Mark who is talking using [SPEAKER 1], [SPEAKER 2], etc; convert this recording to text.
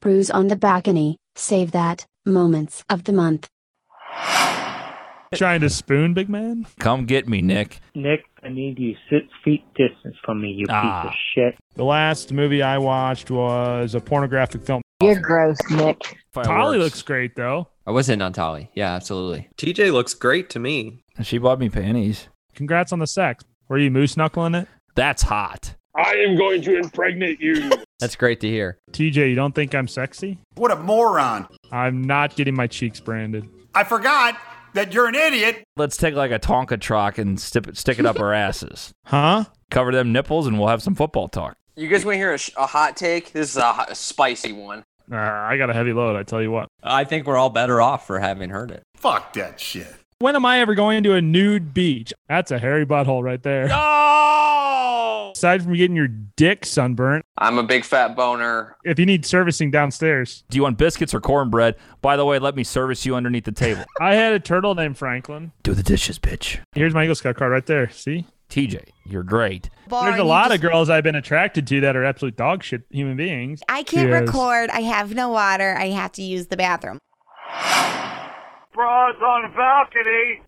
[SPEAKER 1] sprues on the balcony, save that, moments of the month.
[SPEAKER 2] Trying to spoon, big man?
[SPEAKER 3] Come get me, Nick.
[SPEAKER 4] Nick, I need you six feet distance from me, you
[SPEAKER 3] Ah.
[SPEAKER 4] piece of shit.
[SPEAKER 2] The last movie I watched was a pornographic film.
[SPEAKER 5] You're gross, Nick.
[SPEAKER 2] Polly
[SPEAKER 6] Fireworks.
[SPEAKER 2] looks great, though.
[SPEAKER 6] I was in on Tolly. Yeah, absolutely.
[SPEAKER 7] TJ looks great to me.
[SPEAKER 3] She bought me panties.
[SPEAKER 2] Congrats on the sex. Were you moose knuckling it?
[SPEAKER 3] That's hot.
[SPEAKER 8] I am going to impregnate you.
[SPEAKER 6] That's great to hear.
[SPEAKER 2] TJ, you don't think I'm sexy?
[SPEAKER 9] What a moron.
[SPEAKER 2] I'm not getting my cheeks branded.
[SPEAKER 9] I forgot that you're an idiot.
[SPEAKER 3] Let's take like a Tonka truck and stip, stick it up our asses.
[SPEAKER 2] Huh?
[SPEAKER 3] Cover them nipples and we'll have some football talk.
[SPEAKER 10] You guys want to hear a, sh- a hot take? This is a, hot- a spicy one.
[SPEAKER 2] Uh, I got a heavy load, I tell you what.
[SPEAKER 6] I think we're all better off for having heard it.
[SPEAKER 9] Fuck that shit.
[SPEAKER 2] When am I ever going to a nude beach? That's a hairy butthole right there. No! Aside from getting your dick sunburnt,
[SPEAKER 10] I'm a big fat boner.
[SPEAKER 2] if you need servicing downstairs,
[SPEAKER 3] Do you want biscuits or cornbread? By the way, let me service you underneath the table.
[SPEAKER 2] I had a turtle named Franklin.
[SPEAKER 3] Do the dishes, bitch.
[SPEAKER 2] Here's my Eagle Scout card right there. See?
[SPEAKER 3] TJ, you're great.
[SPEAKER 2] There's a lot of girls I've been attracted to that are absolute dog shit human beings.
[SPEAKER 11] I can't
[SPEAKER 2] Yes.
[SPEAKER 11] record. I have no water. I have to use the bathroom.
[SPEAKER 8] Broads on balcony.